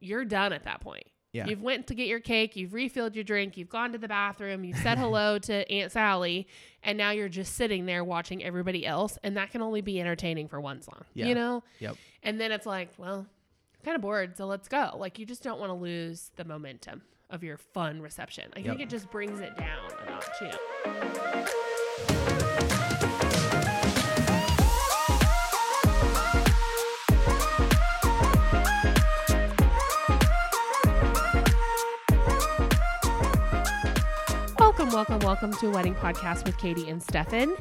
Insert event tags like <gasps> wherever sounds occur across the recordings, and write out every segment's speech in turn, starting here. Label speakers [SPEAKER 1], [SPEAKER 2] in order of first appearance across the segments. [SPEAKER 1] you're done at that point.
[SPEAKER 2] Yeah.
[SPEAKER 1] You've went to get your cake, you've refilled your drink, you've gone to the bathroom, you've said
[SPEAKER 2] <laughs>
[SPEAKER 1] hello to Aunt Sally, and now you're just sitting there watching everybody else, and that can only be entertaining for one song.
[SPEAKER 2] Yeah.
[SPEAKER 1] You know?
[SPEAKER 2] Yep.
[SPEAKER 1] And then it's like, well, kind of bored, so let's go. Like you just don't want to lose the momentum of your fun reception. I
[SPEAKER 2] Yep.
[SPEAKER 1] think it just brings it down a notch, you know. Welcome, welcome, welcome to Wedding Podcast with Katie and Stefan.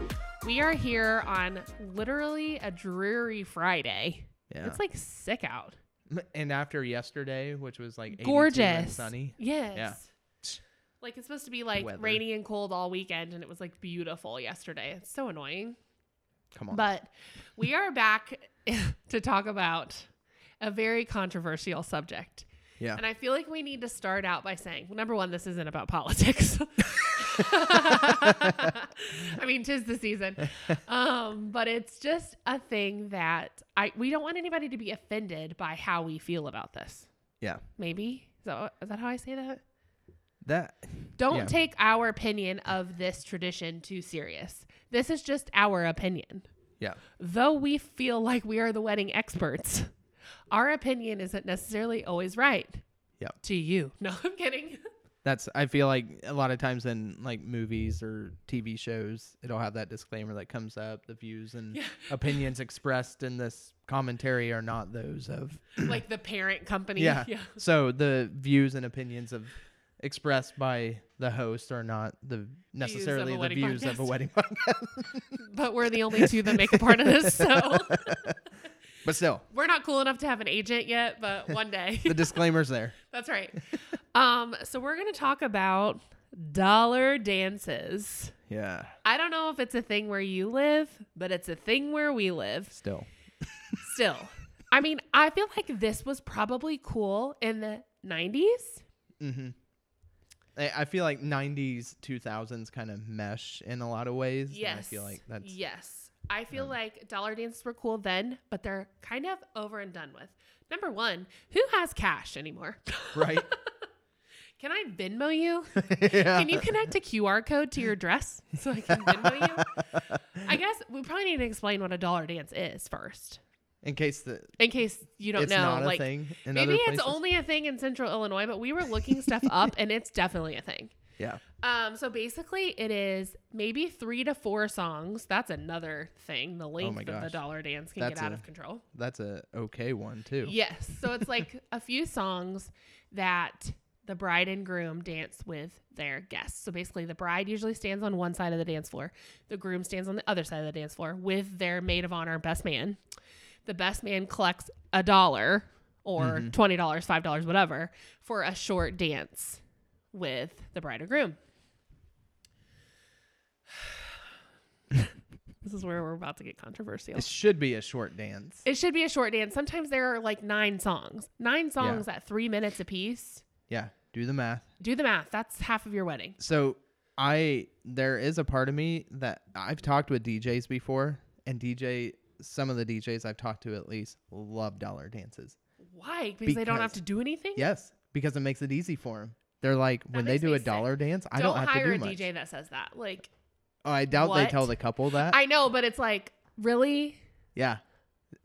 [SPEAKER 1] We are here on literally a dreary Friday.
[SPEAKER 2] Yeah.
[SPEAKER 1] It's like sick out.
[SPEAKER 2] M- and after yesterday, which was like 82 and
[SPEAKER 1] Gorgeous.
[SPEAKER 2] sunny.
[SPEAKER 1] Yes.
[SPEAKER 2] Yeah.
[SPEAKER 1] Like it's supposed to be like
[SPEAKER 2] weather.
[SPEAKER 1] rainy and cold all weekend and it was like beautiful yesterday. It's so annoying.
[SPEAKER 2] Come on.
[SPEAKER 1] But we are back <laughs> to talk about a very controversial subject.
[SPEAKER 2] yeah.
[SPEAKER 1] And I feel like we need to start out by saying, well, number one, this isn't about politics. <laughs> I mean, tis the
[SPEAKER 2] <laughs>
[SPEAKER 1] season, um, but it's just a thing that I we don't want anybody to be offended by how we feel about this.
[SPEAKER 2] yeah.
[SPEAKER 1] Maybe is that, is that how I say that?
[SPEAKER 2] That.
[SPEAKER 1] Don't
[SPEAKER 2] Yeah.
[SPEAKER 1] take our opinion of this tradition too serious. This is just our opinion.
[SPEAKER 2] Yeah.
[SPEAKER 1] Though we feel like we are the wedding experts, our opinion isn't necessarily always right.
[SPEAKER 2] Yep.
[SPEAKER 1] To you. <laughs> No, I'm
[SPEAKER 2] <clears throat>
[SPEAKER 1] kidding.
[SPEAKER 2] That's. I feel like a lot of times in like movies or TV shows, it'll have that disclaimer that comes up. The views and
[SPEAKER 1] Yeah.
[SPEAKER 2] <laughs> opinions expressed in this commentary are not those of.
[SPEAKER 1] like the parent company. <laughs>
[SPEAKER 2] Yeah. So the views and opinions of expressed by the host are not the necessarily the
[SPEAKER 1] wedding
[SPEAKER 2] views of a
[SPEAKER 1] podcast.
[SPEAKER 2] wedding <laughs> podcast.
[SPEAKER 1] But we're the only two that make a part of this. So <laughs>
[SPEAKER 2] But still,
[SPEAKER 1] we're not cool enough to have an agent yet, but one day. <laughs>
[SPEAKER 2] the disclaimer's there.
[SPEAKER 1] That's right. Um, so we're going to talk about dollar dances.
[SPEAKER 2] Yeah.
[SPEAKER 1] I don't know if it's a thing where you live, but it's a thing where we live
[SPEAKER 2] Still. <laughs>
[SPEAKER 1] still. I mean, I feel like this was probably cool in the 90s.
[SPEAKER 2] Mm-hmm. I, I feel like '90s, 2000s kind of mesh in a lot of ways. and
[SPEAKER 1] Yes.
[SPEAKER 2] I feel like that's
[SPEAKER 1] Yes. I feel like dollar dances were cool then, but they're kind of over and done with. Number one, who has cash anymore? <laughs>
[SPEAKER 2] right.
[SPEAKER 1] Can I Venmo you?
[SPEAKER 2] <laughs> yeah.
[SPEAKER 1] Can you connect a QR code to your dress so I can Venmo you? I guess we probably need to explain what a dollar dance is first,
[SPEAKER 2] in case the
[SPEAKER 1] in case you don't
[SPEAKER 2] it's
[SPEAKER 1] know.
[SPEAKER 2] not
[SPEAKER 1] like
[SPEAKER 2] a thing in
[SPEAKER 1] maybe
[SPEAKER 2] other
[SPEAKER 1] it's
[SPEAKER 2] places.
[SPEAKER 1] only a thing in Central Illinois, but we were looking stuff
[SPEAKER 2] <laughs>
[SPEAKER 1] up, and it's definitely a thing.
[SPEAKER 2] yeah.
[SPEAKER 1] Um, so basically, it is maybe three to four songs. That's another thing. The
[SPEAKER 2] Oh my
[SPEAKER 1] length of the
[SPEAKER 2] gosh.
[SPEAKER 1] dollar dance can
[SPEAKER 2] That's
[SPEAKER 1] get out
[SPEAKER 2] a-
[SPEAKER 1] of control.
[SPEAKER 2] That's a okay one too.
[SPEAKER 1] Yes. So it's like a few songs that the bride and groom dance with their guests. So basically, the bride usually stands on one side of the dance floor, the groom stands on the other side of the dance floor with their maid of honor, best man. The best man collects a dollar or $20, $5, whatever, for a short dance with the bride or groom. <sighs> this is where we're about to get controversial.
[SPEAKER 2] It should be a short dance.
[SPEAKER 1] It should be a short dance. Sometimes there are like nine songs, nine songs at three minutes apiece.
[SPEAKER 2] yeah. Do the math.
[SPEAKER 1] Do the math. That's half of your wedding.
[SPEAKER 2] So I there is a part of me that I've talked with DJs before and DJ some of the DJs I've talked to at least love dollar dances.
[SPEAKER 1] Why? Because, they don't have
[SPEAKER 2] Because-
[SPEAKER 1] to do anything.
[SPEAKER 2] Yes, because it makes it easy for them. They're like when they
[SPEAKER 1] makes me
[SPEAKER 2] do a
[SPEAKER 1] sick.
[SPEAKER 2] dollar dance, I
[SPEAKER 1] don't,
[SPEAKER 2] don't, have
[SPEAKER 1] hire
[SPEAKER 2] to do
[SPEAKER 1] a
[SPEAKER 2] much.
[SPEAKER 1] DJ that says that. Like
[SPEAKER 2] Oh, I doubt they
[SPEAKER 1] What?
[SPEAKER 2] tell the couple that.
[SPEAKER 1] I know, but it's like really.
[SPEAKER 2] yeah.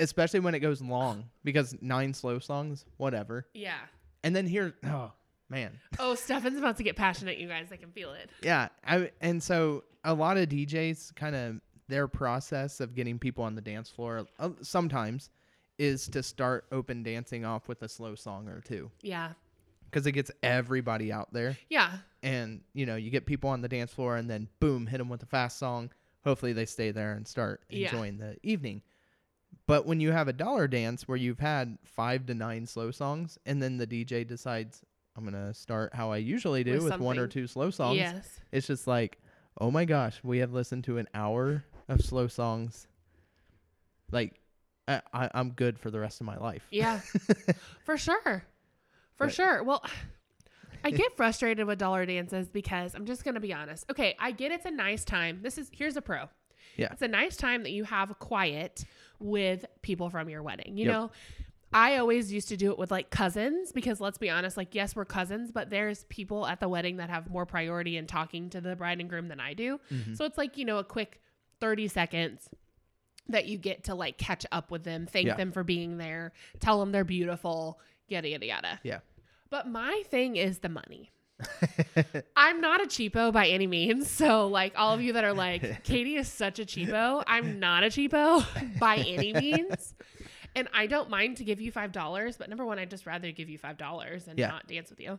[SPEAKER 2] Especially when it goes long because nine slow songs, whatever.
[SPEAKER 1] Yeah.
[SPEAKER 2] And then here, oh man,
[SPEAKER 1] Oh, <laughs> Stefan's about to get passionate, you guys. I can feel it.
[SPEAKER 2] yeah. I, and so a lot of DJs kind of their process of getting people on the dance floor uh, sometimes is to start open dancing off with a slow song or two
[SPEAKER 1] Yeah.
[SPEAKER 2] because it gets everybody out there.
[SPEAKER 1] Yeah.
[SPEAKER 2] and you know you get people on the dance floor and then boom hit them with a fast song hopefully they stay there and start
[SPEAKER 1] Yeah.
[SPEAKER 2] enjoying the evening but when you have a dollar dance where you've had five to nine slow songs and then the dj decides i'm gonna start how i usually do
[SPEAKER 1] With
[SPEAKER 2] with, one or
[SPEAKER 1] something.
[SPEAKER 2] two slow songs
[SPEAKER 1] Yes.
[SPEAKER 2] it's just like oh my gosh we have listened to an hour of slow songs like I, I, i'm good for the rest of my life
[SPEAKER 1] Yeah.
[SPEAKER 2] <laughs>
[SPEAKER 1] For sure. For
[SPEAKER 2] But-
[SPEAKER 1] sure. Well, I get frustrated with dollar dances because I'm just going to be honest. Okay, I get it's a nice time. This is here's a pro.
[SPEAKER 2] Yeah.
[SPEAKER 1] It's a nice time that you have quiet with people from your wedding. You
[SPEAKER 2] Yep.
[SPEAKER 1] know, I always used to do it with like cousins because let's be honest, like, yes, we're cousins, but there's people at the wedding that have more priority in talking to the bride and groom than I do.
[SPEAKER 2] Mm-hmm.
[SPEAKER 1] So it's like, you know, a quick 30 seconds that you get to like catch up with them, thank
[SPEAKER 2] Yeah.
[SPEAKER 1] them for being there, tell them they're beautiful, yada, yada, yada.
[SPEAKER 2] Yeah.
[SPEAKER 1] But my thing is the
[SPEAKER 2] <laughs>
[SPEAKER 1] money. I'm not a cheapo by any means. So, like, all of you that are
[SPEAKER 2] <laughs>
[SPEAKER 1] like, Katie is such a cheapo, I'm not a cheapo <laughs> by any means. And I don't mind to give you $5, but number one, I'd just rather give you $5 and
[SPEAKER 2] Yeah.
[SPEAKER 1] not dance with you.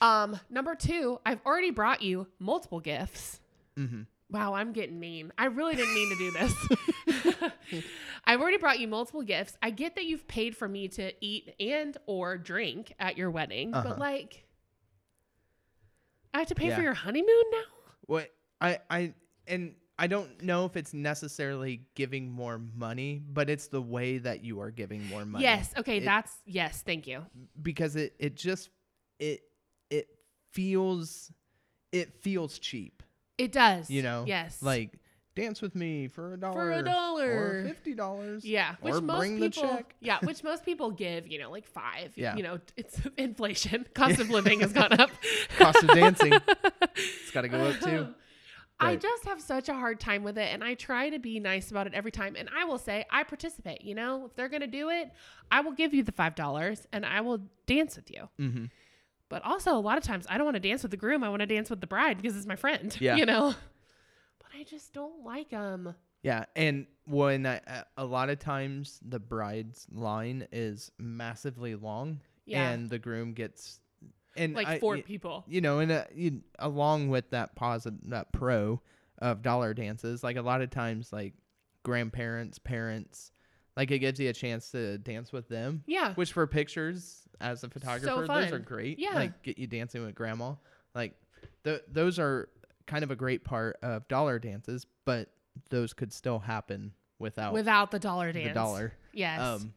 [SPEAKER 1] Um, number two, I've already brought you multiple gifts.
[SPEAKER 2] hmm
[SPEAKER 1] Wow, I'm getting mean. I really didn't mean to do this. <laughs> I've already brought you multiple gifts. I get that you've paid for me to eat and or drink at your wedding, but
[SPEAKER 2] Uh-huh.
[SPEAKER 1] like I have to pay for
[SPEAKER 2] Yeah.
[SPEAKER 1] your honeymoon now?
[SPEAKER 2] What I I and I don't know if it's necessarily giving more money, but it's the way that you are giving more money.
[SPEAKER 1] Yes. Okay,
[SPEAKER 2] It-
[SPEAKER 1] that's yes, thank you.
[SPEAKER 2] because it it just it it feels it feels cheap.
[SPEAKER 1] It does.
[SPEAKER 2] You know,
[SPEAKER 1] Yes.
[SPEAKER 2] Like dance with me for a dollar
[SPEAKER 1] for a
[SPEAKER 2] or
[SPEAKER 1] dollar.
[SPEAKER 2] fifty dollars.
[SPEAKER 1] Yeah, which
[SPEAKER 2] or
[SPEAKER 1] most
[SPEAKER 2] bring the
[SPEAKER 1] people
[SPEAKER 2] check.
[SPEAKER 1] yeah, which most people give, you know, like 5.
[SPEAKER 2] Yeah.
[SPEAKER 1] You know, it's <laughs> inflation. Cost of living has gone
[SPEAKER 2] <laughs>
[SPEAKER 1] up.
[SPEAKER 2] Cost of
[SPEAKER 1] <laughs>
[SPEAKER 2] dancing, it's got to go up too.
[SPEAKER 1] I
[SPEAKER 2] But-
[SPEAKER 1] just have such a hard time with it, and I try to be nice about it every time. And I will say, I participate. You know, if they're gonna do it, I will give you the five dollars, and I will dance with you.
[SPEAKER 2] Mm-hmm.
[SPEAKER 1] But also, a lot of times, I don't want to dance with the groom. I want to dance with the bride because it's my friend. <laughs>
[SPEAKER 2] Yeah.
[SPEAKER 1] you know. But I just don't like um, them.
[SPEAKER 2] Yeah, and when I, uh, a- a lot of times the bride's line is massively long,
[SPEAKER 1] Yeah,
[SPEAKER 2] and the groom gets and
[SPEAKER 1] like
[SPEAKER 2] I-
[SPEAKER 1] four
[SPEAKER 2] y-
[SPEAKER 1] people.
[SPEAKER 2] you know, and uh, you, along with that posit that pro of dollar dances, like a lot of times, like grandparents, parents, like it gives you a chance to dance with them,
[SPEAKER 1] Yeah,
[SPEAKER 2] which for pictures as a photographer, those are
[SPEAKER 1] Oh. fun.
[SPEAKER 2] great.
[SPEAKER 1] Yeah.
[SPEAKER 2] like get you dancing with grandma. Like th- those are kind of a great part of dollar dances, but those could still happen without,
[SPEAKER 1] without the dollar
[SPEAKER 2] the
[SPEAKER 1] dance.
[SPEAKER 2] dollar.
[SPEAKER 1] Yes.
[SPEAKER 2] Um,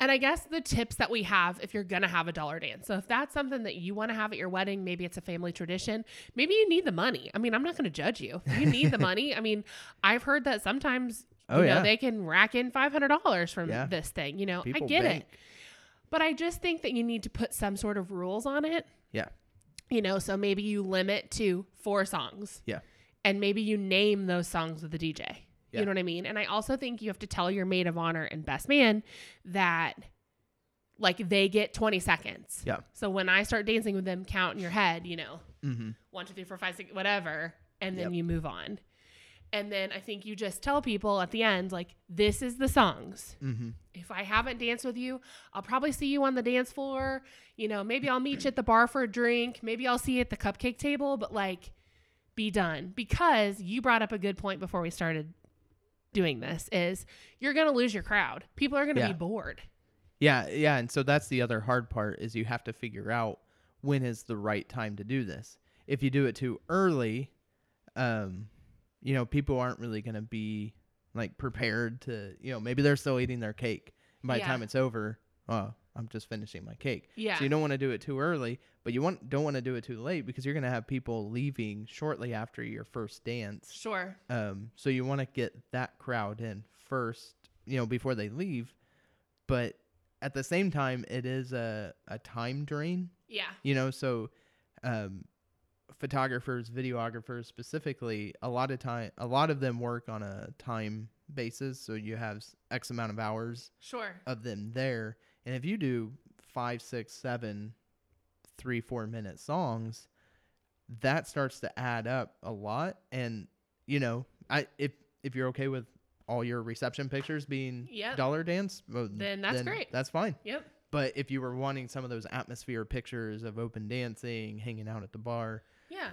[SPEAKER 1] And I guess the tips that we have if you're going to have a dollar dance. So if that's something that you want to have at your wedding, maybe it's a family tradition, maybe you need the money. I mean, I'm not going to judge you. If You need the money. I mean, I've heard that sometimes you
[SPEAKER 2] Oh,
[SPEAKER 1] know,
[SPEAKER 2] yeah.
[SPEAKER 1] they can rack in $500 from
[SPEAKER 2] Yeah.
[SPEAKER 1] this thing, you know.
[SPEAKER 2] people
[SPEAKER 1] I get
[SPEAKER 2] bank.
[SPEAKER 1] it. But I just think that you need to put some sort of rules on it.
[SPEAKER 2] Yeah.
[SPEAKER 1] You know, so maybe you limit to four songs.
[SPEAKER 2] Yeah.
[SPEAKER 1] And maybe you name those songs with the DJ.
[SPEAKER 2] Yeah.
[SPEAKER 1] You know what I mean? And I also think you have to tell your maid of honor and best man that like they get 20 seconds.
[SPEAKER 2] Yeah.
[SPEAKER 1] So when I start dancing with them, count in your head, you know,
[SPEAKER 2] mhm.
[SPEAKER 1] one, two, three, four, five, six, whatever. And then
[SPEAKER 2] Yep.
[SPEAKER 1] you move on. And then I think you just tell people at the end, like, this is the songs
[SPEAKER 2] Mhm.
[SPEAKER 1] if I haven't danced with you, I'll probably see you on the dance floor. You know, maybe I'll meet you at the bar for a drink. Maybe I'll see you at the cupcake table, but like be done because you brought up a good point before we started doing this is you're going to lose your crowd. People are going to
[SPEAKER 2] Yeah.
[SPEAKER 1] be bored.
[SPEAKER 2] Yeah, yeah, and so that's the other hard part is you have to figure out when is the right time to do this. If you do it too early, um, you know, people aren't really going to be like prepared to, you know, maybe they're still eating their cake. And by
[SPEAKER 1] Yeah.
[SPEAKER 2] the time it's over, oh, I'm just finishing my cake.
[SPEAKER 1] Yeah.
[SPEAKER 2] So you don't want to do it too early, but you want don't want to do it too late because you're going to have people leaving shortly after your first dance.
[SPEAKER 1] sure.
[SPEAKER 2] Um, so you want to get that crowd in first, you know, before they leave. But at the same time, it is a, a time drain,
[SPEAKER 1] Yeah.
[SPEAKER 2] you know, so um, photographers, videographers specifically, a lot of time, a lot of them work on a time basis. So you have s- X amount of hours
[SPEAKER 1] Sure.
[SPEAKER 2] of them there. And if you do five, six, seven, three, four minute songs, that starts to add up a lot. And you know, I if if you're okay with all your reception pictures being
[SPEAKER 1] Yep.
[SPEAKER 2] dollar dance, well,
[SPEAKER 1] Then that's great.
[SPEAKER 2] That's fine.
[SPEAKER 1] Yep.
[SPEAKER 2] But if you were wanting some of those atmosphere pictures of open dancing, hanging out at the bar,
[SPEAKER 1] Yeah.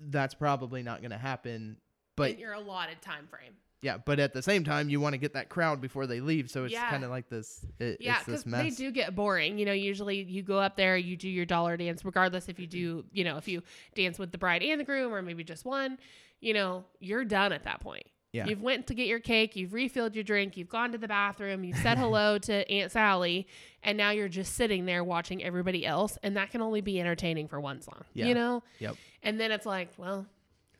[SPEAKER 2] that's probably not going to happen. But
[SPEAKER 1] In your allotted time frame.
[SPEAKER 2] yeah, but at the same time, you want to get that crowd before they leave. So it's
[SPEAKER 1] Yeah.
[SPEAKER 2] kind of like this. It,
[SPEAKER 1] Yeah,
[SPEAKER 2] it's this
[SPEAKER 1] because
[SPEAKER 2] mess.
[SPEAKER 1] they do get boring. You know, usually you go up there, you do your dollar dance, regardless if you do, you know, if you dance with the bride and the groom, or maybe just one. You know, you're done at that point.
[SPEAKER 2] Yeah.
[SPEAKER 1] You've went to get your cake, you've refilled your drink, you've gone to the bathroom, you've said
[SPEAKER 2] <laughs>
[SPEAKER 1] hello to Aunt Sally, and now you're just sitting there watching everybody else, and that can only be entertaining for one song.
[SPEAKER 2] Yeah.
[SPEAKER 1] You know,
[SPEAKER 2] Yep.
[SPEAKER 1] and then it's like, well,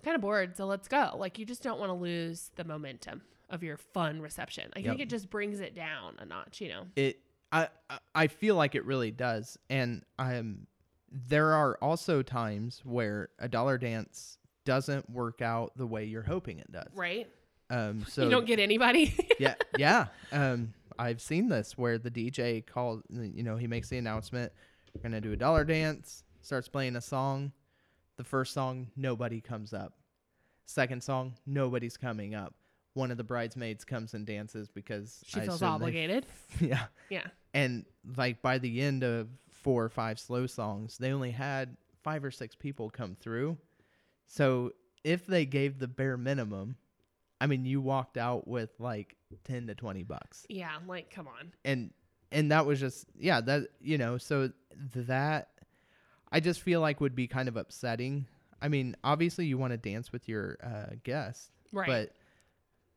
[SPEAKER 1] kind of bored, so let's go. Like you just don't want to lose the momentum of your fun reception. I think
[SPEAKER 2] Yep.
[SPEAKER 1] it just brings it down a notch. You know.
[SPEAKER 2] it I I- I feel like it really does, and I'm. There are also times where a dollar dance doesn't work out the way you're hoping it does.
[SPEAKER 1] right?
[SPEAKER 2] Um, so
[SPEAKER 1] <laughs> you don't get anybody. <laughs>
[SPEAKER 2] yeah, yeah. Um, I've seen this where the DJ called. You know, he makes the announcement, "We're gonna do a dollar dance." Starts playing a song. The first song, nobody comes up. Second song, nobody's coming up. One of the bridesmaids comes and dances because
[SPEAKER 1] she
[SPEAKER 2] I
[SPEAKER 1] feels
[SPEAKER 2] assume they-
[SPEAKER 1] obligated.
[SPEAKER 2] <laughs> yeah,
[SPEAKER 1] Yeah.
[SPEAKER 2] and like by the end of four or five slow songs, they only had five or six people come through. So if they gave the bare minimum, I mean, you walked out with like ten to twenty bucks,
[SPEAKER 1] Yeah. I'm like, come on.
[SPEAKER 2] and and that was just yeah that you know so that I just feel like would be kind of upsetting. I mean, obviously you want to dance with your uh, guest,
[SPEAKER 1] Right.
[SPEAKER 2] but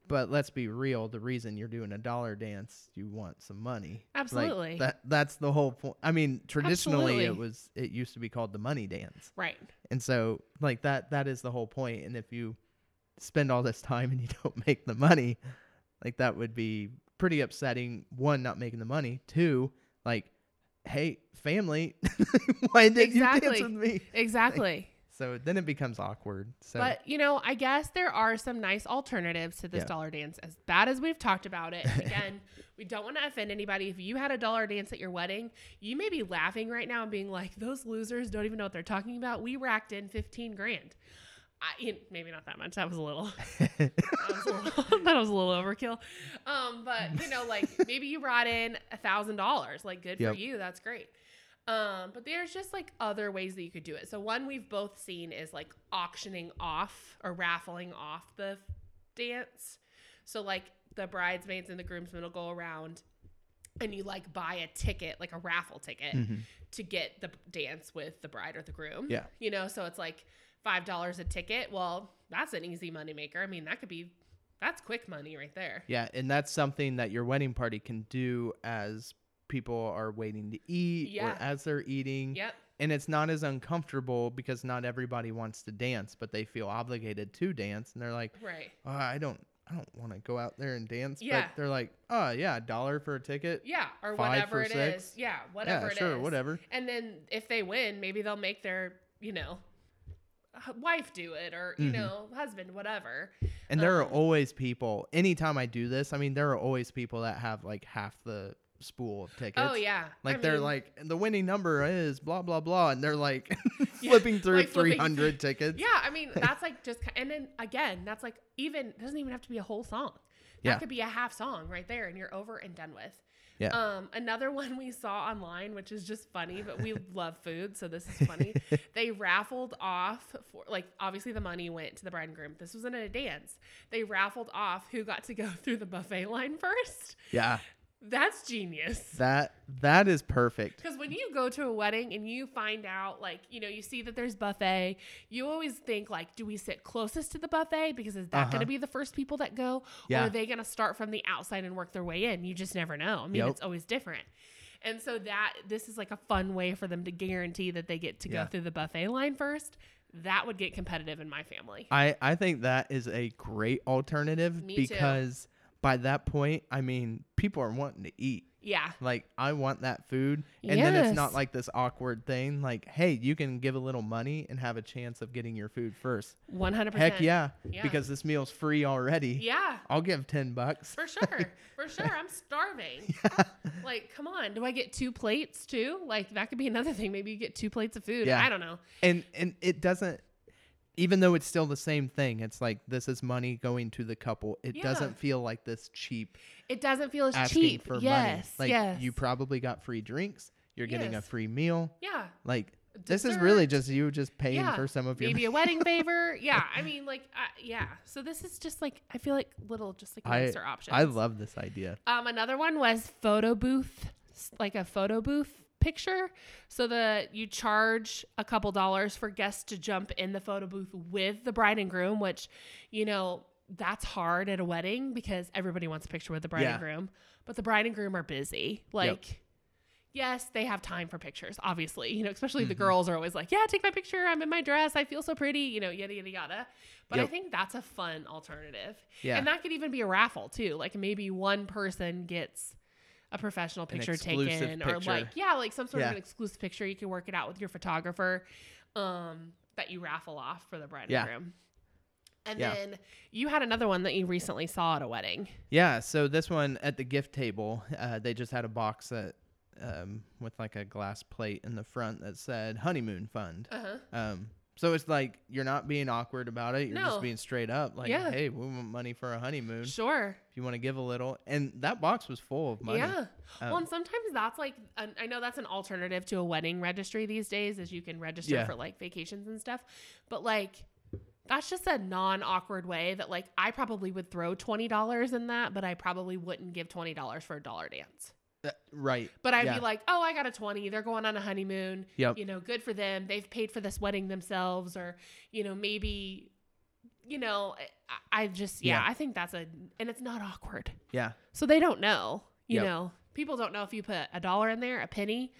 [SPEAKER 2] but let's be real. The reason you're doing a dollar dance, you want some money. Like,
[SPEAKER 1] Absolutely.
[SPEAKER 2] that that's the whole point. I mean, traditionally it
[SPEAKER 1] Absolutely.
[SPEAKER 2] was it used to be called the money dance,
[SPEAKER 1] right.
[SPEAKER 2] and so like that that is the whole point. And if you spend all this time and you <laughs> don't make the money, like that would be pretty upsetting. One, not making the money. Two, like, hey, family, <laughs> why didn't
[SPEAKER 1] Exactly.
[SPEAKER 2] you dance with me?
[SPEAKER 1] Exactly.
[SPEAKER 2] So then it becomes awkward. So <laughs>
[SPEAKER 1] But you know, I guess there are some nice alternatives to this
[SPEAKER 2] Yeah.
[SPEAKER 1] dollar dance. As bad as we've talked about
[SPEAKER 2] <laughs>
[SPEAKER 1] it, again, we don't want to offend anybody. If you had a dollar dance at your wedding, you may be laughing right now and being like, "Those losers don't even know what they're talking about." We racked in fifteen grand. I, you- maybe not that much. That was a little. That was a little, <laughs> that was a little overkill. Um, but you know, like maybe you brought in a thousand dollars. Like good
[SPEAKER 2] Yep.
[SPEAKER 1] for you. That's great. Um, but there's just like other ways that you could do it. So one we've both seen is like auctioning off or raffling off the f- dance. So like the bridesmaids and the groomsmen will go around and you like buy a ticket, like a raffle ticket
[SPEAKER 2] Mhm.
[SPEAKER 1] to get the dance with the bride or the groom.
[SPEAKER 2] Yeah.
[SPEAKER 1] You know, so it's like five dollars a ticket. Well, that's an easy moneymaker. I mean, that could be that's quick money right there.
[SPEAKER 2] Yeah, and that's something that your wedding party can do as people are waiting to eat
[SPEAKER 1] Yeah.
[SPEAKER 2] or as they're eating.
[SPEAKER 1] Yep.
[SPEAKER 2] And it's not as uncomfortable because not everybody wants to dance, but they feel obligated to dance and they're like,
[SPEAKER 1] Right.
[SPEAKER 2] oh, I don't I don't want to go out there and dance.
[SPEAKER 1] Yeah.
[SPEAKER 2] But they're like, Oh yeah, a dollar for a ticket.
[SPEAKER 1] Yeah. Or
[SPEAKER 2] Five
[SPEAKER 1] whatever
[SPEAKER 2] for
[SPEAKER 1] it is.
[SPEAKER 2] six?
[SPEAKER 1] Yeah. Whatever
[SPEAKER 2] yeah,
[SPEAKER 1] it is.
[SPEAKER 2] sure, whatever.
[SPEAKER 1] And then if they win, maybe they'll make their, you know, h- wife do it or, you
[SPEAKER 2] Mhm.
[SPEAKER 1] know, husband, whatever.
[SPEAKER 2] And there are
[SPEAKER 1] Um,
[SPEAKER 2] always people anytime I do this, I mean there are always people that have like half the spool of tickets.
[SPEAKER 1] oh, yeah.
[SPEAKER 2] Like
[SPEAKER 1] I
[SPEAKER 2] they're
[SPEAKER 1] mean,
[SPEAKER 2] like the winning number is blah blah blah, and they're like <laughs>
[SPEAKER 1] Yeah,
[SPEAKER 2] flipping through
[SPEAKER 1] like flipping- <laughs>
[SPEAKER 2] three hundred tickets.
[SPEAKER 1] Yeah, I mean that's like just ki- and then again that's like even doesn't even have to be a whole song. That
[SPEAKER 2] Yeah.
[SPEAKER 1] could be a half song right there, and you're over and done with.
[SPEAKER 2] Yeah.
[SPEAKER 1] Um, another <laughs> one we saw online, which is just funny, but
[SPEAKER 2] <laughs>
[SPEAKER 1] we love food, so this is funny. they raffled off for like obviously the money went to the bride and groom. This wasn't a dance. They raffled off who got to go <laughs> through the buffet line first.
[SPEAKER 2] Yeah,
[SPEAKER 1] That's genius.
[SPEAKER 2] that that is perfect.
[SPEAKER 1] Because when you go to a wedding and you find out, like, you know, you see that there's buffet, you always think, like, do we sit closest to the buffet? Because is that going
[SPEAKER 2] Uh-huh.
[SPEAKER 1] to be the first people that go? Or
[SPEAKER 2] Yeah.
[SPEAKER 1] are they going to start from the outside and work their way in? You just never know. I mean,
[SPEAKER 2] Yep.
[SPEAKER 1] it's always different. And so that this is like a fun way for them to guarantee that they get to
[SPEAKER 2] Yeah.
[SPEAKER 1] go through the buffet line first. That would get competitive in my family.
[SPEAKER 2] I I think that is a great alternative
[SPEAKER 1] Me too.
[SPEAKER 2] because by that point, I mean people are wanting to eat.
[SPEAKER 1] yeah.
[SPEAKER 2] Like I want that food, and then it's
[SPEAKER 1] Yes.
[SPEAKER 2] not like this awkward thing. Like, hey, you can give a little money and have a chance of getting your food first.
[SPEAKER 1] 100%.
[SPEAKER 2] Heck yeah,
[SPEAKER 1] Yeah.
[SPEAKER 2] because this meal's free already.
[SPEAKER 1] Yeah.
[SPEAKER 2] I'll give ten bucks.
[SPEAKER 1] For sure. For sure. I'm starving.
[SPEAKER 2] <laughs>
[SPEAKER 1] Like, come on. Do I get two plates too? Like, that could be another thing. Maybe you get two plates of food.
[SPEAKER 2] Yeah.
[SPEAKER 1] I don't know.
[SPEAKER 2] and and it doesn't even though it's still the same thing it's like this is money going to the couple it
[SPEAKER 1] Yeah.
[SPEAKER 2] doesn't feel like this cheap
[SPEAKER 1] It doesn't feel as
[SPEAKER 2] asking
[SPEAKER 1] cheap.
[SPEAKER 2] for money
[SPEAKER 1] yes.
[SPEAKER 2] like
[SPEAKER 1] yes.
[SPEAKER 2] you probably got free drinks you're getting a
[SPEAKER 1] Yes.
[SPEAKER 2] free meal
[SPEAKER 1] yeah.
[SPEAKER 2] like this is really
[SPEAKER 1] Dessert.
[SPEAKER 2] just you just paying
[SPEAKER 1] Yeah.
[SPEAKER 2] for some of your
[SPEAKER 1] Maybe
[SPEAKER 2] <laughs>
[SPEAKER 1] a wedding favor. Yeah. I mean, like, uh, yeah. So this is just like, I feel like little, just like
[SPEAKER 2] I,
[SPEAKER 1] nicer options.
[SPEAKER 2] I love this idea
[SPEAKER 1] Um, another one was photo booth, s- like a photo booth picture. So that you charge a couple dollars for guests to jump in the photo booth with the bride and groom, which, you know, that's hard at a wedding because everybody wants a picture with the bride
[SPEAKER 2] Yeah.
[SPEAKER 1] and groom, but the bride and groom are busy. Like, yes, they have time for pictures, obviously. You know, especially
[SPEAKER 2] Mm-hmm.
[SPEAKER 1] the girls are always like, yeah, take my picture. I'm in my dress. I feel so pretty, you know, yada, yada, yada. But I
[SPEAKER 2] Yep.
[SPEAKER 1] think that's a fun alternative.
[SPEAKER 2] Yeah.
[SPEAKER 1] And that could even be a raffle too. Like maybe one person gets a a professional picture
[SPEAKER 2] exclusive
[SPEAKER 1] taken or
[SPEAKER 2] picture.
[SPEAKER 1] like yeah, like some sort
[SPEAKER 2] Yeah.
[SPEAKER 1] of an exclusive picture. You can work it out with your photographer um, that you raffle off for the bride and
[SPEAKER 2] Yeah.
[SPEAKER 1] groom. And
[SPEAKER 2] Yeah.
[SPEAKER 1] then you had another one that you recently saw at a wedding.
[SPEAKER 2] Yeah, so this one at the gift table, uh, they just had a box that um, with like a glass plate in the front that said honeymoon fund.
[SPEAKER 1] Uh huh.
[SPEAKER 2] Um, so it's like you're not being awkward about it. You're
[SPEAKER 1] No.
[SPEAKER 2] just being straight up, like,
[SPEAKER 1] Yeah.
[SPEAKER 2] "Hey, we want money for a honeymoon. If
[SPEAKER 1] Sure.
[SPEAKER 2] you want to give a little." And that box was full of money.
[SPEAKER 1] Yeah. well,
[SPEAKER 2] Um,
[SPEAKER 1] and sometimes that's like an, I know that's an alternative to a wedding registry these days, is you can register
[SPEAKER 2] Yeah.
[SPEAKER 1] for like vacations and stuff. But like, that's just a non awkward way that like I probably would throw twenty dollars in that, but I probably wouldn't give twenty dollars for a dollar dance.
[SPEAKER 2] That- uh, right.
[SPEAKER 1] But I'd
[SPEAKER 2] Yeah.
[SPEAKER 1] be like, oh, I got a twenty. They're going on a honeymoon.
[SPEAKER 2] Yep.
[SPEAKER 1] You know, good for them. They've paid for this wedding themselves, or you know, maybe. You know, I, I just yeah,
[SPEAKER 2] Yeah.
[SPEAKER 1] I think that's a and it's not awkward.
[SPEAKER 2] Yeah.
[SPEAKER 1] So they don't know. You
[SPEAKER 2] Yep.
[SPEAKER 1] know, people don't know if you put a dollar in there, a penny,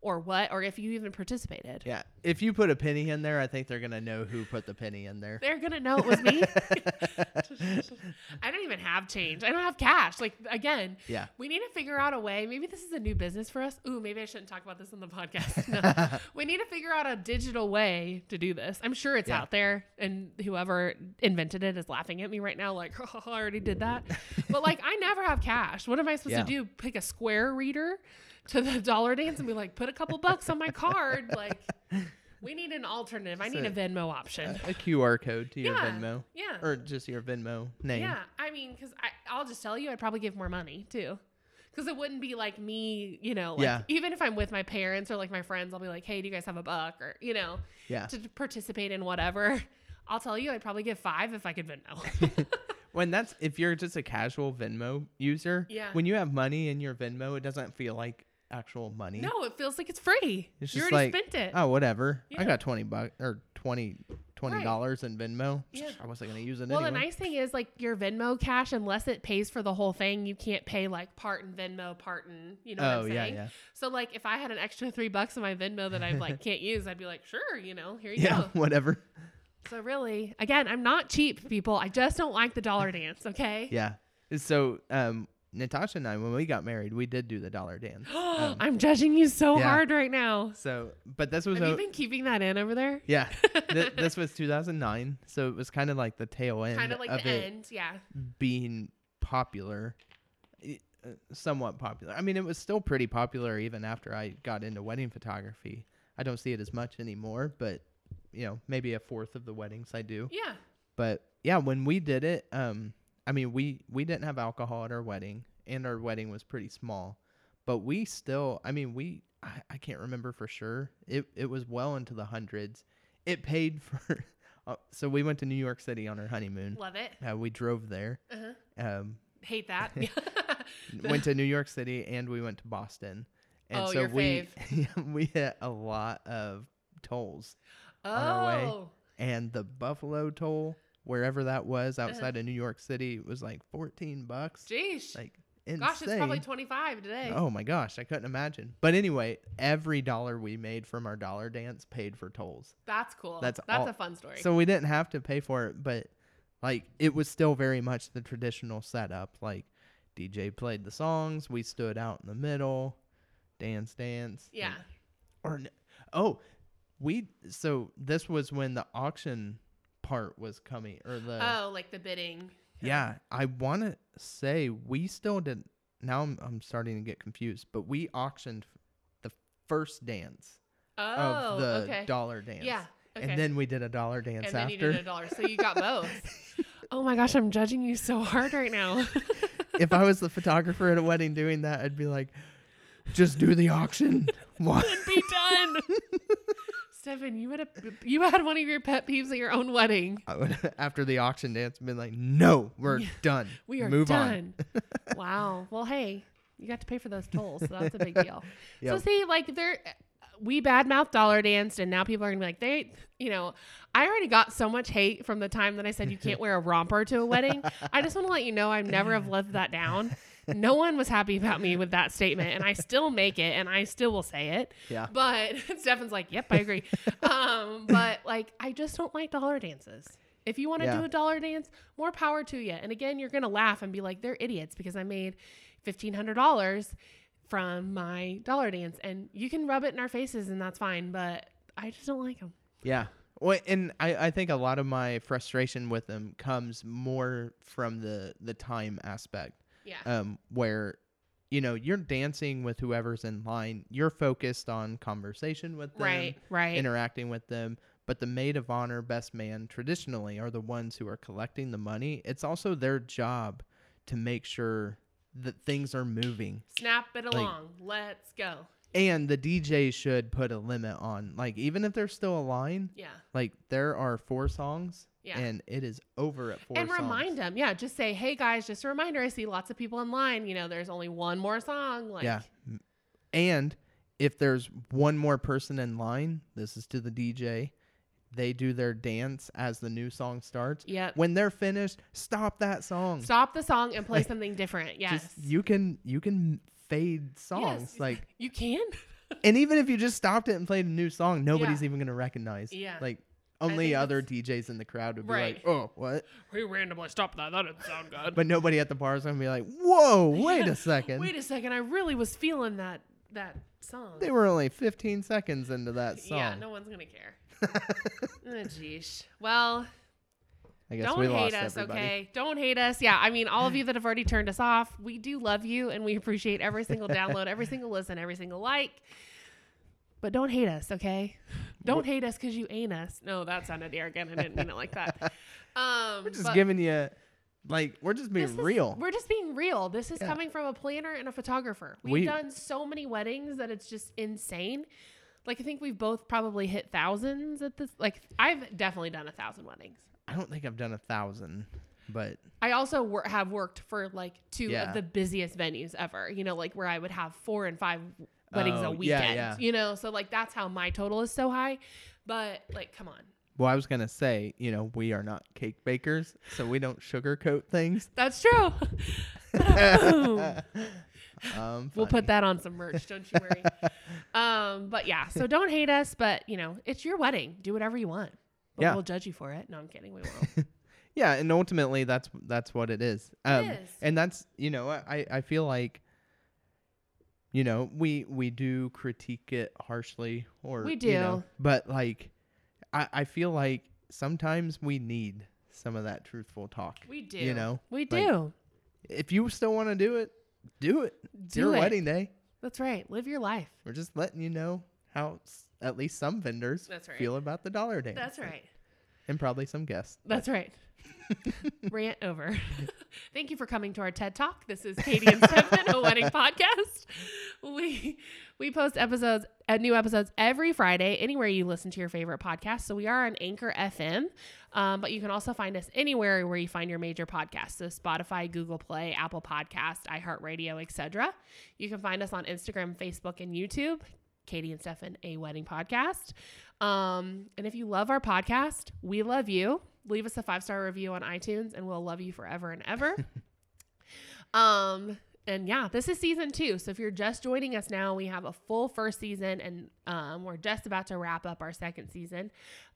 [SPEAKER 1] or what, or if you even participated.
[SPEAKER 2] Yeah. If you put a penny in there, I think they're gonna know who put the penny
[SPEAKER 1] <laughs>
[SPEAKER 2] in there.
[SPEAKER 1] They're gonna know it was
[SPEAKER 2] <laughs>
[SPEAKER 1] me. <laughs> I don't even have change. I don't have cash. Like again,
[SPEAKER 2] yeah.
[SPEAKER 1] we need to figure out a way. Maybe this is a new business for us. Ooh, maybe I shouldn't talk about this on the podcast. <laughs>
[SPEAKER 2] <laughs>
[SPEAKER 1] No. we need to figure out a digital way to do this. I'm sure it's
[SPEAKER 2] Yeah.
[SPEAKER 1] out there, and whoever invented it is laughing at me right now, like, <laughs> oh, I already did
[SPEAKER 2] <laughs>
[SPEAKER 1] that. but like, I never have cash. What am I supposed
[SPEAKER 2] Yeah.
[SPEAKER 1] to do? Pick a square reader to the <laughs> dollar dance and be like, put a couple bucks on my card.
[SPEAKER 2] <laughs>
[SPEAKER 1] Like, we need an alternative. I
[SPEAKER 2] It's
[SPEAKER 1] need a
[SPEAKER 2] a-
[SPEAKER 1] Venmo option.
[SPEAKER 2] A QR code to your
[SPEAKER 1] Yeah.
[SPEAKER 2] Uh, Venmo
[SPEAKER 1] yeah.
[SPEAKER 2] or just your Venmo name.
[SPEAKER 1] Yeah, I mean, because I'll just tell you, I'd probably give more money too. Because it wouldn't be like me, you know, like
[SPEAKER 2] Yeah.
[SPEAKER 1] even if I'm with my parents or like my friends, I'll be like, hey, do you guys have a buck or, you know,
[SPEAKER 2] Yeah.
[SPEAKER 1] to participate in whatever. <laughs> I'll tell you, I'd probably give five if I could Venmo. <laughs>
[SPEAKER 2] When that's if you're just a casual Venmo user,
[SPEAKER 1] Yeah.
[SPEAKER 2] when you have money in your Venmo, it doesn't feel like actual money.
[SPEAKER 1] no, it feels like it's free.
[SPEAKER 2] It's
[SPEAKER 1] you
[SPEAKER 2] just
[SPEAKER 1] already
[SPEAKER 2] like,
[SPEAKER 1] spent it.
[SPEAKER 2] Oh, whatever.
[SPEAKER 1] Yeah.
[SPEAKER 2] I got 20 bucks or 20
[SPEAKER 1] Right.
[SPEAKER 2] dollars in Venmo.
[SPEAKER 1] Yeah.
[SPEAKER 2] I wasn't going to use it
[SPEAKER 1] well, the
[SPEAKER 2] <laughs> anyway.
[SPEAKER 1] nice thing is like your Venmo cash, unless it pays for the whole thing, you can't pay like part in Venmo, part in, you know
[SPEAKER 2] oh,
[SPEAKER 1] what I'm
[SPEAKER 2] yeah,
[SPEAKER 1] saying?
[SPEAKER 2] yeah.
[SPEAKER 1] So like if I had an extra three bucks in my Venmo that I
[SPEAKER 2] <laughs>
[SPEAKER 1] like can't use, I'd be like, sure, you know, here you
[SPEAKER 2] Yeah,
[SPEAKER 1] go.
[SPEAKER 2] <laughs> whatever.
[SPEAKER 1] So really, again, I'm not cheap, people. I just don't like the dollar dance. Okay. <gasps>
[SPEAKER 2] Yeah. So, um Natasha and I when we got married, we did do the dollar dance.
[SPEAKER 1] <gasps>
[SPEAKER 2] Um,
[SPEAKER 1] I'm judging you so
[SPEAKER 2] yeah.
[SPEAKER 1] hard right now.
[SPEAKER 2] so, but this was
[SPEAKER 1] Have
[SPEAKER 2] o-
[SPEAKER 1] you been keeping that in over there?
[SPEAKER 2] <laughs>
[SPEAKER 1] <laughs>
[SPEAKER 2] yeah. Th- this was 2009, so it was kind of like the tail end
[SPEAKER 1] Kind of like
[SPEAKER 2] of
[SPEAKER 1] the
[SPEAKER 2] it
[SPEAKER 1] end, yeah.
[SPEAKER 2] being popular. i- uh, Somewhat popular. I mean, it was still pretty popular even after I got into wedding photography. I don't see it as much anymore, but you know, maybe a fourth of the weddings I do.
[SPEAKER 1] Yeah.
[SPEAKER 2] But yeah, when we did it, um, I mean, we we didn't have alcohol at our wedding, and our wedding was pretty small, but we still, I mean, we I, I can't remember for sure. It it was well into the hundreds. It paid <laughs> for. Uh, so we went to New York City on our honeymoon.
[SPEAKER 1] Love it.
[SPEAKER 2] Uh, we drove there.
[SPEAKER 1] Uh-huh.
[SPEAKER 2] Um,
[SPEAKER 1] Hate
[SPEAKER 2] <laughs>
[SPEAKER 1] that.
[SPEAKER 2] went to New York City and we went to Boston. And
[SPEAKER 1] Oh,
[SPEAKER 2] so
[SPEAKER 1] your
[SPEAKER 2] <laughs> we we hit a lot of tolls.
[SPEAKER 1] <laughs>
[SPEAKER 2] our way.
[SPEAKER 1] oh.
[SPEAKER 2] And the Buffalo toll, wherever that was
[SPEAKER 1] Uh-huh.
[SPEAKER 2] outside of New York City, was like 14 bucks.
[SPEAKER 1] Jeez.
[SPEAKER 2] Like insane.
[SPEAKER 1] Gosh, it's probably 25 today.
[SPEAKER 2] Oh my gosh, I couldn't imagine. But anyway, every dollar we made from our dollar dance paid for tolls.
[SPEAKER 1] That's cool. That's
[SPEAKER 2] That's
[SPEAKER 1] that's
[SPEAKER 2] all-
[SPEAKER 1] a fun story.
[SPEAKER 2] So we didn't have to pay for it, but like it was still very much the traditional setup. Like DJ played the songs, we stood out in the middle, dance, dance.
[SPEAKER 1] yeah.
[SPEAKER 2] and- Or n- oh, we so this was when the auction part was coming or the
[SPEAKER 1] oh, like the bidding.
[SPEAKER 2] yeah I want to say we still did. Now I'm I'm starting to get confused, but we auctioned the first dance
[SPEAKER 1] Oh,
[SPEAKER 2] of the
[SPEAKER 1] okay.
[SPEAKER 2] dollar dance.
[SPEAKER 1] Yeah. Okay.
[SPEAKER 2] And then we did a dollar dance
[SPEAKER 1] and then
[SPEAKER 2] after.
[SPEAKER 1] you did a dollar. So you got both.
[SPEAKER 2] <laughs>
[SPEAKER 1] oh my gosh, I'm judging you so hard right now. <laughs>
[SPEAKER 2] if I was the photographer at a wedding doing that, I'd be like, just do the auction. <laughs> Why?
[SPEAKER 1] be done. Stefan, you had a you had one of your pet peeves at your own wedding.
[SPEAKER 2] I would, after the auction dance, been like, no, we're done.
[SPEAKER 1] We are
[SPEAKER 2] Move on.
[SPEAKER 1] done. wow. Well, hey, you got to pay for those tolls, so that's a big
[SPEAKER 2] <laughs>
[SPEAKER 1] deal.
[SPEAKER 2] Yep.
[SPEAKER 1] So see, like there, we badmouth dollar danced, and now people are gonna be like, they, you know, I already got so much hate from the time that I said you can't wear a romper to a wedding. I just want to let you know I never have lived that down. No one was happy about me with that statement, and I still make it, and I still will say it.
[SPEAKER 2] Yeah. <laughs>
[SPEAKER 1] But <laughs> Stefan's like, yep, I agree. um, but like, I just don't like dollar dances. If you want to
[SPEAKER 2] Yeah.
[SPEAKER 1] do a dollar dance, more power to you. And again, you're gonna laugh and be like, they're idiots because I made fifteen hundred dollars from my dollar dance, and you can rub it in our faces, and that's fine. But I just don't like them.
[SPEAKER 2] Yeah. Well, and I, I think a lot of my frustration with them comes more from the the time aspect,
[SPEAKER 1] Yeah.
[SPEAKER 2] um, where, you know, you're dancing with whoever's in line. You're focused on conversation with them,
[SPEAKER 1] right. Right.
[SPEAKER 2] interacting with them. But the maid of honor, best man, traditionally are the ones who are collecting the money. It's also their job to make sure that things are moving
[SPEAKER 1] Snap it along. Let's go.
[SPEAKER 2] and the DJ should put a limit on like even if there's still a line,
[SPEAKER 1] Yeah.
[SPEAKER 2] like there are four songs
[SPEAKER 1] Yeah.
[SPEAKER 2] and it is over at four
[SPEAKER 1] and
[SPEAKER 2] songs.
[SPEAKER 1] remind them. Yeah. Just say, hey guys, just a reminder. I see lots of people in line. You know, there's only one more song. Like,
[SPEAKER 2] yeah. M- And if there's one more person in line, this is to the DJ. They do their dance as the new song starts.
[SPEAKER 1] Yep.
[SPEAKER 2] When they're finished, stop that song.
[SPEAKER 1] Stop the song and play something different. Yes.
[SPEAKER 2] Just you can you can fade songs
[SPEAKER 1] Yes. <laughs>
[SPEAKER 2] like
[SPEAKER 1] you can.
[SPEAKER 2] and even if you just stopped it and played a new song, nobody's even gonna recognize.
[SPEAKER 1] Yeah.
[SPEAKER 2] Like
[SPEAKER 1] think
[SPEAKER 2] only other
[SPEAKER 1] that's-
[SPEAKER 2] DJs in the crowd would be
[SPEAKER 1] Right.
[SPEAKER 2] like, "Oh, what?"
[SPEAKER 1] We randomly stopped that. That didn't sound good.
[SPEAKER 2] But nobody at the bar is gonna be like,
[SPEAKER 1] <laughs>
[SPEAKER 2] "Whoa, wait a second!
[SPEAKER 1] Wait a second. I really was feeling that that song.
[SPEAKER 2] they were only 15 seconds into that song."
[SPEAKER 1] Yeah, no one's gonna
[SPEAKER 2] <laughs>
[SPEAKER 1] care. oh, geez. Well,
[SPEAKER 2] I guess
[SPEAKER 1] don't
[SPEAKER 2] we
[SPEAKER 1] hate
[SPEAKER 2] lost
[SPEAKER 1] us,
[SPEAKER 2] everybody.
[SPEAKER 1] okay? Don't hate us. Yeah, I mean, all of you that have already turned us off, we do love you, and we appreciate every single download, every single listen, every single like. But don't hate us, okay? Don't hate us because you ain't us. No, that sounded arrogant. I didn't mean it like that. Um,
[SPEAKER 2] <laughs> We're just
[SPEAKER 1] but-
[SPEAKER 2] giving you, like, we're just being
[SPEAKER 1] This is-
[SPEAKER 2] real.
[SPEAKER 1] we're just being real. This is
[SPEAKER 2] Yeah.
[SPEAKER 1] coming from a planner and a photographer. We've
[SPEAKER 2] We-
[SPEAKER 1] done so many weddings that it's just insane. Like I think we've both probably hit thousands at this. Like I've definitely done a thousand weddings.
[SPEAKER 2] I don't think I've done a thousand, but
[SPEAKER 1] I also wor- have worked for like two
[SPEAKER 2] Yeah.
[SPEAKER 1] of the busiest venues ever. You know, like where I would have four and five weddings a
[SPEAKER 2] Oh, yeah,
[SPEAKER 1] weekend.
[SPEAKER 2] yeah.
[SPEAKER 1] You know, so like that's how my total is so high. But like, come on,
[SPEAKER 2] well, I was gonna say, you know, we are not cake bakers, so we don't sugarcoat
[SPEAKER 1] <laughs>
[SPEAKER 2] things.
[SPEAKER 1] that's true. Boom.
[SPEAKER 2] Um,
[SPEAKER 1] We'll
[SPEAKER 2] funny.
[SPEAKER 1] put that on some merch, don't you
[SPEAKER 2] <laughs>
[SPEAKER 1] worry. um, but yeah, so don't hate us, but you know, it's your wedding. Do whatever you want. But
[SPEAKER 2] Yeah.
[SPEAKER 1] we'll judge you for it. No, I'm kidding. We won't.
[SPEAKER 2] Yeah, and ultimately that's that's what it is. Um
[SPEAKER 1] is.
[SPEAKER 2] and that's you know, I I feel like you know, we we do critique it harshly or
[SPEAKER 1] We
[SPEAKER 2] you know,
[SPEAKER 1] do.
[SPEAKER 2] but like I I feel like sometimes we need some of that truthful talk.
[SPEAKER 1] We do.
[SPEAKER 2] <laughs> You know,
[SPEAKER 1] We
[SPEAKER 2] like,
[SPEAKER 1] do.
[SPEAKER 2] If you still want to do it, do it. It's
[SPEAKER 1] Do
[SPEAKER 2] your
[SPEAKER 1] it.
[SPEAKER 2] wedding day.
[SPEAKER 1] That's right. Live your life.
[SPEAKER 2] We're just letting you know how s- at least some vendors
[SPEAKER 1] That's right.
[SPEAKER 2] feel about the dollar dance.
[SPEAKER 1] That's right.
[SPEAKER 2] And probably some guests.
[SPEAKER 1] That's right. Rant over. Thank you for coming to our TED Talk. This is Katie and Stefan, a wedding podcast. We we post episodes, uh, new episodes every Friday, anywhere you listen to your favorite podcast. So we are on Anchor FM, um, but you can also find us anywhere where you find your major podcasts, so Spotify, Google Play, Apple Podcast, iHeartRadio, etc. You can find us on Instagram, Facebook, and YouTube. Katie and Stefan, a wedding podcast. Um, and if you love our podcast, we love you. Leave us a five star review on iTunes and we'll love you forever and ever. um, and yeah, this is season two. So if you're just joining us now, we have a full first season and um, we're just about to wrap up our second season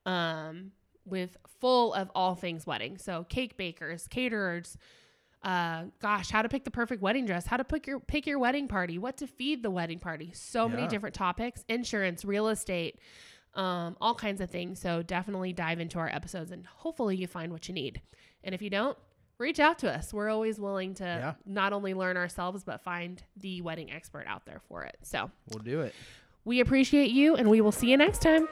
[SPEAKER 1] um, with full of all things wedding. So cake bakers, caterers, uh, gosh, how to pick the perfect wedding dress, how to pick your pick your wedding party, what to feed the wedding party. So many
[SPEAKER 2] Yeah.
[SPEAKER 1] different topics: insurance, real estate, um, all kinds of things. So definitely dive into our episodes, and hopefully you find what you need. And if you don't, reach out to us. We're always willing to
[SPEAKER 2] Yeah.
[SPEAKER 1] not only learn ourselves but find the wedding expert out there for it. So
[SPEAKER 2] We'll do it.
[SPEAKER 1] we appreciate you, and we will see you next time.